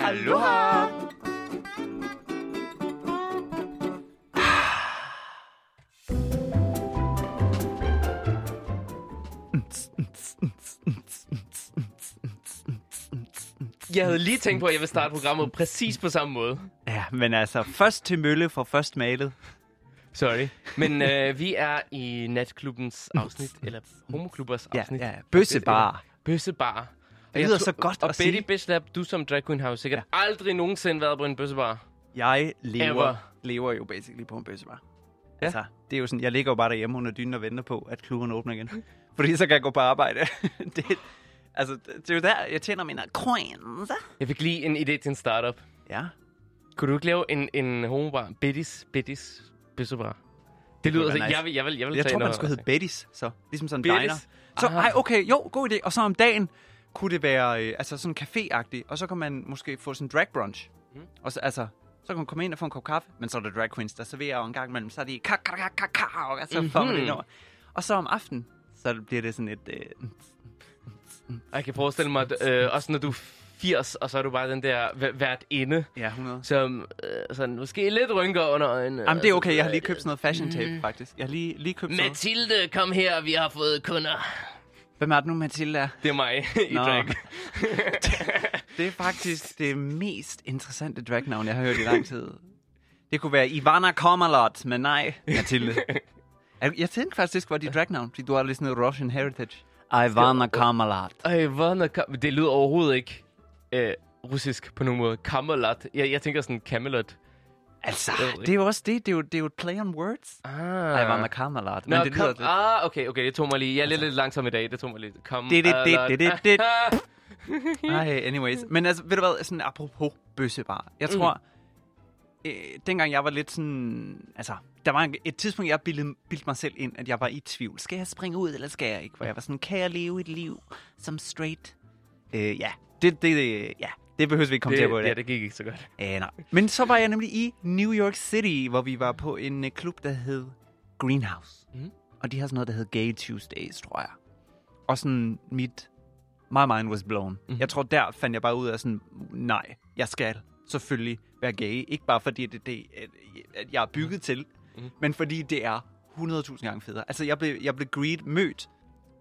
Aloha! Jeg havde lige tænkt på, at jeg vil starte programmet præcis på samme måde. Ja, men altså, først til mølle for først malet. Sorry. Men øh, vi er i natklubbens afsnit, eller homoklubbers Ja, afsnit. ja, bøssebar. Bøssebar. Det lyder så godt og at Betty sige. Bislap, du som drag queen har jo sikkert ja. aldrig nogensinde været på en bøssebar. Jeg lever, Ever. lever jo basically på en bøssebar. Ja. Altså, det er jo sådan, jeg ligger jo bare derhjemme under dynen og venter på, at klubberne åbner igen. Fordi så kan jeg gå på arbejde. det, altså, det er jo der, jeg tjener mine coins. Jeg fik lige en idé til en startup. Ja. Kunne du ikke lave en, en homobar? Betty's, Betty's bøssebar. Det, det kunne være lyder så... nice. Jeg vil, jeg vil, jeg vil Jeg tage tror, en man og- skulle hedde Betty's, så. Ligesom sådan Betty's? diner. Så, Ah. ej, okay, jo, god idé. Og så om dagen kunne det være øh, altså sådan caféagtigt, og så kan man måske få sådan en drag brunch. Mm. Og så, altså, så kan man komme ind og få en kop kaffe, men så er der drag queens, der serverer, og en gang imellem, så er de kak, kak, kak, kak, og så får man det ind over. Og så om aftenen, så bliver det sådan et... Øh, Og Jeg kan forestille mig, at, øh, også når du er 80, og så er du bare den der væ- vært inde, ja, 100. som øh, sådan, måske lidt rynker under øjnene. Øh, Jamen, det er okay. Jeg har lige købt sådan mm. noget fashion tape, faktisk. Jeg har lige, lige købt sådan noget. Mathilde, kom her, vi har fået kunder. Hvem er det nu, Mathilde? Det er mig i Nå. drag. Det er faktisk det mest interessante dragnavn, jeg har hørt i lang tid. Det kunne være Ivana Kommerlot, men nej, Mathilde. Jeg- Jeg tænkte faktisk, det skulle være dit dragnavn, fordi du har lidt sådan noget Russian heritage. Ivana Kommerlot. Ej, hvordan er kam- Det lyder overhovedet ikke øh, russisk på nogen måde. Kamerlat. Jeg, jeg tænker sådan Camelot. Altså, ved jeg det er jo også det. Det er jo, det er jo et play on words. Ah. Ivana Kommerlot. Nå, Men det kom, lyder lidt... Altså. Ah, okay, okay, det tog mig lige. Jeg er lidt, lidt langsom i dag, det tog mig lidt. Kom, Det, det, det, Alot. det, det, det. Ah. Ej, anyways. Mm. Men altså, ved du hvad, sådan apropos bøssebar. Jeg tror, øh, dengang jeg var lidt sådan... Altså, der var en, et tidspunkt, jeg bildede, bildte mig selv ind, at jeg var i tvivl. Skal jeg springe ud, eller skal jeg ikke? Hvor jeg var sådan, kan jeg leve et liv som straight? Øh, ja. Det, det, det, ja. det behøver vi ikke komme til at gå i det, dag. ja, det gik ikke så godt. Øh, nej. Men så var jeg nemlig i New York City, hvor vi var på en øh, klub, der hed Greenhouse. Mm. Mhm. Og de har sådan noget, der hed Gay Tuesdays, tror jeg. Og sådan mit... My mind was blown. Mm. Jeg tror, der fandt jeg bare ud af sådan, nej, jeg skal selvfølgelig være gay. Ikke bare fordi det er det, at- at jeg er bygget mm. til, mm. men fordi det er 100.000 gange federe. Altså, jeg blev, jeg blev greed mødt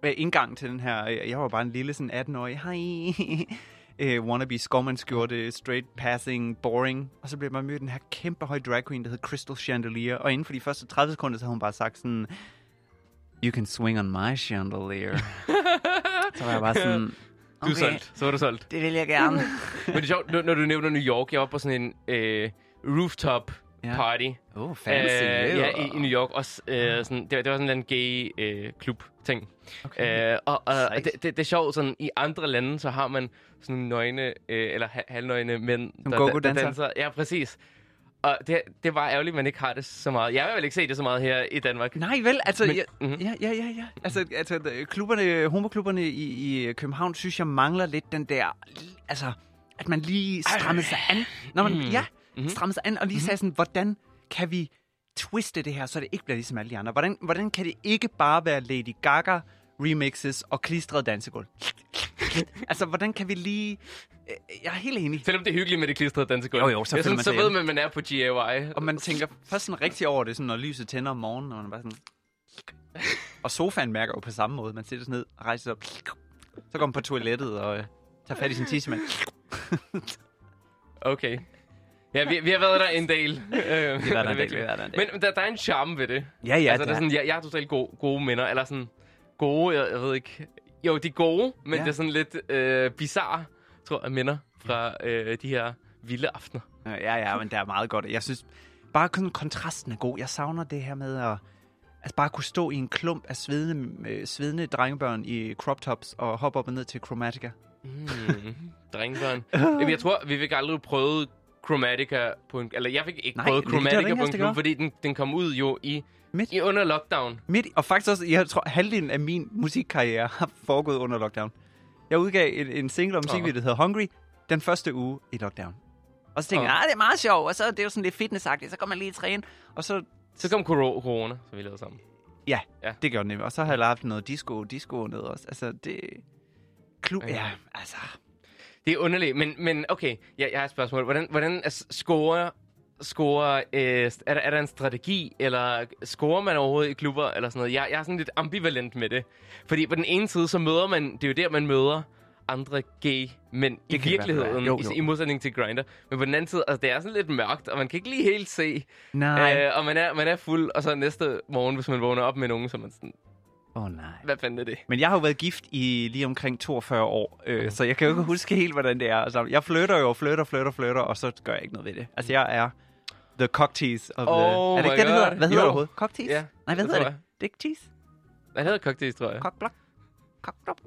øh, indgang til den her. øh, Jeg var bare en lille sådan 18-årig, hej, øh, wannabe skovmandskjorte, straight passing, boring. Og så blev man mødt den her kæmpe høje drag queen, der hed Crystal Chandelier. Og inden for de første 30 sekunder, så havde hun bare sagt sådan, you can swing on my chandelier. så var jeg bare sådan, Du er solgt. Så var du solgt. det vil jeg gerne. Men det er sjovt, når, når du nævner New York. Jeg var på sådan en øh, rooftop Ja. party. oh, fancy. Øh, ja, i, i New York også. Ah. Øh, sådan, det, var- det var sådan en gay øh, klub ting. Okay. Øh, og og Sejt. det, det, det er sjovt, sådan, i andre lande, så har man sådan nogle nøgne, øh, eller ha- halvnøgne mænd, Som der, der, der go-go-danser. danser. Ja, præcis. Og det, det var ærgerligt, at man ikke har det så meget. Jeg har i hvert fald ikke set det så meget her i Danmark. Nej, vel? Altså, Men- ja, Mhm. ja, ja, ja, ja. Altså, altså øh, klubberne, homoklubberne i, i København, synes jeg mangler lidt den der, altså, at man lige strammede sig an. Når Mm. man, ja, Mhm. strammede sig an og lige sagde sådan, hvordan kan vi twiste det her, så det ikke bliver ligesom alle de andre? Hvordan, hvordan kan det ikke bare være Lady Gaga remixes og klistret dansegulv? altså, hvordan kan vi lige... Øh, Jeg er helt enig. Selvom det er hyggeligt med det klistrede dansegulv. Jo, jo, så Jeg føler synes, man så sig ved hjemme. man, at man er på GAY. Og man tænker først sådan rigtig over det, sådan, når lyset tænder om morgenen, og man er bare sådan... Og sofaen mærker jo på samme måde. Man sætter sig ned og rejser sig op. Så går man på toilettet og øh, tager fat i sin tissemand. Okay. Ja, vi, vi har været der en del. Øh, det er en del, vi har været der en del. Men der, der er en charme ved det. Ja, ja, altså, det det er. er sådan, jeg, jeg har totalt gode, gode minder, eller sådan gode, jeg, jeg ved ikke. Jo, de er gode, men Ja. det er sådan lidt øh, bizarre, tror jeg, minder fra øh, de her vilde aftener. Øh, Ja, ja, men det er meget godt. Jeg synes bare kun kontrasten er god. Jeg savner det her med at altså bare kunne stå i en klump af svedende, øh, svedende drengebørn i crop tops og hoppe op og ned til Chromatica. Mm, drengebørn. Jamen, jeg tror, vi fik aldrig prøvet Chromatica på en... Eller jeg fik ikke Nej, prøvet det- det var der Chromatica ingen af på os, en der klub, gjorde. fordi den, den kom ud jo i, Midt- i under lockdown. Midt, i- og faktisk også, jeg tror, halvdelen af min musikkarriere har foregået under lockdown. Jeg udgav en, en single om musikvideo, der hedder Hungry, den første uge i lockdown. Og så tænkte Åh. jeg, oh. det er meget sjovt, og så er det jo sådan lidt fitnessagtigt, så går man lige i træne. Og så, Så kom coro- corona, som vi lavede sammen. ja, ja. Ja. det gjorde det nemlig. Og så har jeg lavet noget disco, disco noget også. Altså, det... Klub, Ja. ja, altså... Det er underligt, men, men okay, jeg, jeg har et spørgsmål. Hvordan, hvordan er s- scorer, scorer øh, st- er, der, er der en strategi, eller scorer man overhovedet i klubber, eller sådan noget? Jeg, jeg er sådan lidt ambivalent med det. Fordi på den ene side, så møder man, det er jo der, man møder andre gay mænd i kan det i hvert fald virkeligheden, være. Jo, jo, jo. jo. I, i modsætning til Grinder. Men på den anden side, altså, det er sådan lidt mørkt, og man kan ikke lige helt se. Nej. Øh, og man er, man er fuld, og så næste morgen, hvis man vågner op med nogen, så er man sådan, Åh, oh, nej. hvad fanden er det? Men jeg har jo været gift i lige omkring 42 år, øh, så jeg kan jo ikke huske helt, hvordan det er. Altså, jeg flytter jo, flytter, flytter, flytter, og så gør jeg ikke noget ved det. Altså, jeg er the cocktease of the... Mm. Oh er det my ikke det, det hedder? God. Hvad hedder Jo. det overhovedet? Cocktease? Ja, Nej, hvad det hedder tror det? Dick cheese? Hvad hedder cocktails, tror jeg? Cockblock? Cockblock?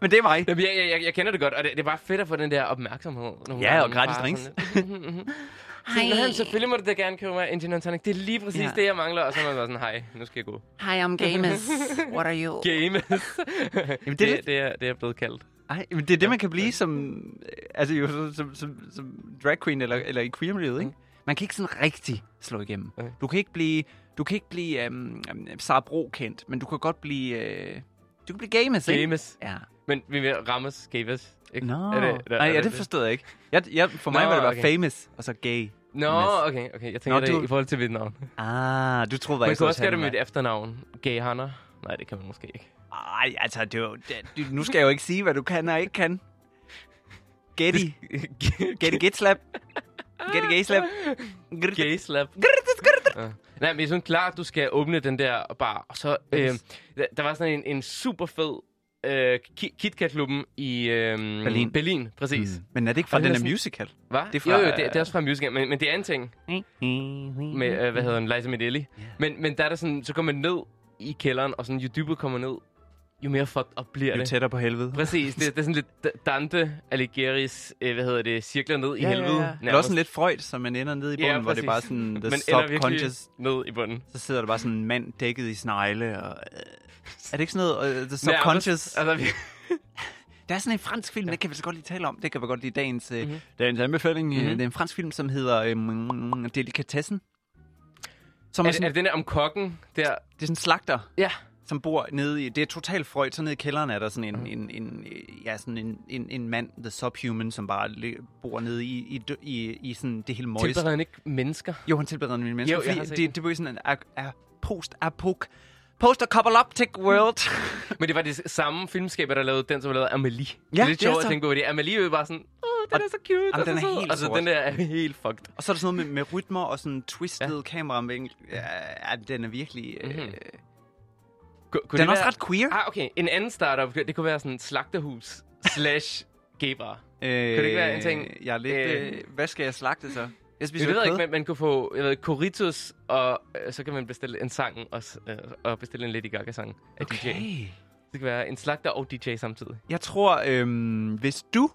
Men det er mig. Jamen, jeg, jeg, jeg, jeg kender det godt, og det, det er bare fedt at få den der opmærksomhed. når hun Ja, har og den gratis bare drinks. sådan lidt. Mhm, Sådan, "Nå, men selvfølgelig må du da gerne købe mig en gin and tonic. Det er lige præcis Ja. det, jeg mangler. Og så er man bare sådan, hej, nu skal jeg gå. Hi, I'm Gamus. What are you? Games. det Jamen, er det, lidt- det, er, det er blevet kaldt. Ej, men det er det, man kan blive som, øh, altså jo, som, som, som, som drag queen eller, eller i queer ikke? Man kan ikke sådan rigtig slå igennem. Okay. Du kan ikke blive, du kan ikke blive øhm, øhm, Sara Bro kendt, men du kan godt blive, øh, du kan blive games, ikke? Games. Ja. Men vi vil rammes games. Ikke? Nå, er det, nej, ja, det forstod jeg ikke. Jeg, jeg, for mig Nå, var det bare okay. famous, og så gay. Nå, Mas. okay, okay. Jeg tænker Nå, Nå, du... du- i forhold til mit navn. Ah, du troede, hvad Man jeg kan stod og også gøre talte det med med. et efternavn. Gay Hanna. Nej, det kan man måske ikke. Ej, altså, det var, det, du- nu skal jeg jo ikke sige, hvad du kan og ikke kan. Getty. Getty get slap. Getty gay slap. Gay slap. Ja. Nej, men jeg synes klart, du skal åbne den der bar. Og så, øh, Yes. der, der var sådan en, en super fed øh, Ki- KitKat-klubben i øh, Berlin. Berlin, præcis. Mm. Men er det ikke fra Og det den er der sådan- musical? Hva? Det er Det fra- jo, jo, det, det er også fra musical, men, men det er en ting med, øh, hvad hedder den, Liza Minnelli. Men, men der er der sådan, så kommer man ned i kælderen, og sådan, jo dybere kommer ned, jo mere fucked up bliver Jo det. tættere på helvede. Præcis, det, det er sådan lidt D- Dante Alighieri's, øh, hvad hedder det, cirkler ned i helvede. Det er også sådan lidt Freud, som man ender nede i Ja, bunden, hvor det er bare præcis. sådan the man ender virkelig subconscious. ned i bunden. Så sidder der bare sådan en mand dækket i snegle. Og, øh, er det ikke sådan noget? Uh, the Nærmest. subconscious. Altså, vi, Der er sådan en fransk film, den kan vi så godt lige tale om. Det kan vi godt lide dagens, mm-hmm. Mhm. dagens anbefaling. Mm-hmm. Mhm. Det er en fransk film, som hedder øh, Delikatessen. Som er, er, det, er sådan, det den der om kokken der? det er sådan en slagter, Ja. som bor nede i... Det er totalt frøjt, så nede i kælderen er der sådan en, en, en, øh, ja, sådan en, en, en mand, the subhuman, som bare le- bor nede i, i, dø- i, i sådan det hele møgste. Tilbereder han ikke mennesker? Jo, han tilbereder nemlig mennesker, Jo, jeg fordi har set det, den. det blev sådan en a- a- post-apok, post-apocalyptic world. Men det var det samme filmskaber, der lavede den, som lavede Amelie. det det er er lidt sjovt så- at tænke på, fordi Amelie er jo bare sådan, åh, den er så cute, Jamen, den er så sød." helt Altså, sort. den der er helt fucked. Og så er der sådan noget med, med rytmer og sådan twisted ja. kameravinkel. Ja, ja, den er virkelig... Øh, Mhm. mm-hmm. Ku- Kunne Den er det også være- ret queer. Ah, okay. En anden startup, det kunne være sådan slagterhus slash gaybar. Øh, kan det ikke være en ting? Jeg er lidt... Øh, Øh, hvad skal jeg slagte så? Jeg Jeg spiser ved jo jeg kød. ikke, men man kunne få, jeg ved, Coritus, og øh, så kan man bestille en sang også, øh, og bestille en Lady Gaga-sang af okay. DJ. Okay. Det kan være en slagter og DJ samtidig. Jeg tror, øhm, hvis du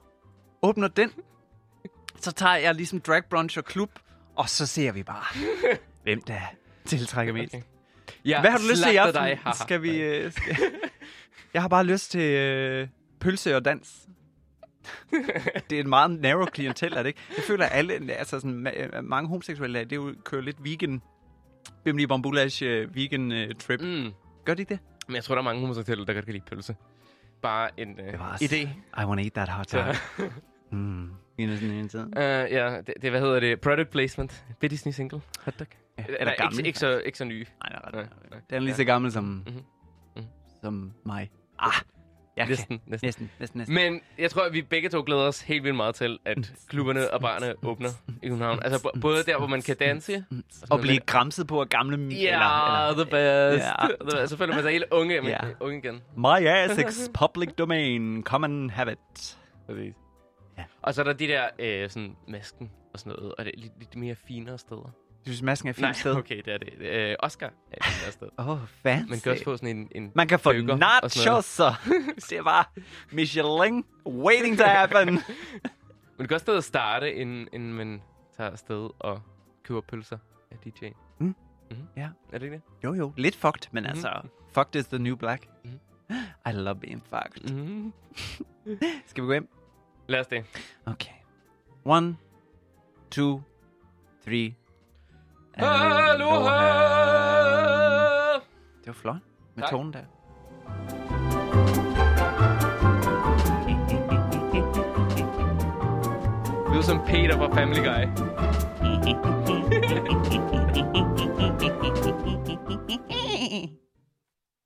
åbner den, så tager jeg ligesom drag brunch og klub, og så ser vi bare, hvem der tiltrækker mest. Okay. Ja, Hvad har du lyst til i slagter aften? dig, haha. Skal vi... Øh, skal... Jeg har bare lyst til øh, pølse og dans. det er et meget narrow klientel, er det ikke? Jeg føler, at alle, altså sådan, ma- øh, mange homoseksuelle, det er jo kører lidt vegan. Bimli Bombulash øh, vegan øh, trip. Mm. Mm. Gør de ikke det? Men jeg tror, der er mange homoseksuelle, der godt kan lide pølse. Bare en øh, var også- idé. I wanna eat that hot Så, dog. mm. I sådan en tid. øh, ja, det, det, hvad hedder det? Product placement. Biddy's nye single. Hot dog. Ja, Eller eller gammel. Ikke, ikke, så, ikke så nye. Nej, nej, nej, Nej, nej. nej. Den er lige Ja. så gammel som, mm-hmm. Mhm. som mig. Ah, jeg kan. Næsten, næsten. Næsten, næsten, næsten. Men jeg tror, at vi begge to glæder os helt vildt meget til, Mm. at klubberne og barne åbner i København. Altså b- både der, hvor man kan danse. Mm. og blive gramset på af gamle... m- Ja, yeah, the best. Ja. Yeah. The best. Så føler man sig helt unge, men Ja. unge igen. My ass is public domain. Come and have it. Præcis. Ja. Og så er der de der øh, sådan masken og sådan noget, og det er lidt, lidt mere finere steder. Du synes, masken er et fint sted? okay, det er det. Øh, Oscar er et finere sted. Åh, oh, fancy. Man kan også få sådan en... en Man kan få burger og sådan noget. nachos, så. Det er bare Michelin waiting to happen. Man kan også stadig starte, inden, inden man tager afsted og køber pølser af DJ. Mm. Mhm. Ja. Er det ikke det? jo, jo. Lidt fucked, men altså... Fucked is the new black. Mhm. I love being fucked. Mm. Skal vi gå hjem? Lad os det. Okay. One, two, three. Øh, Aloha! Det var flot med Tak. tonen der. lyder som Peter fra Family Guy.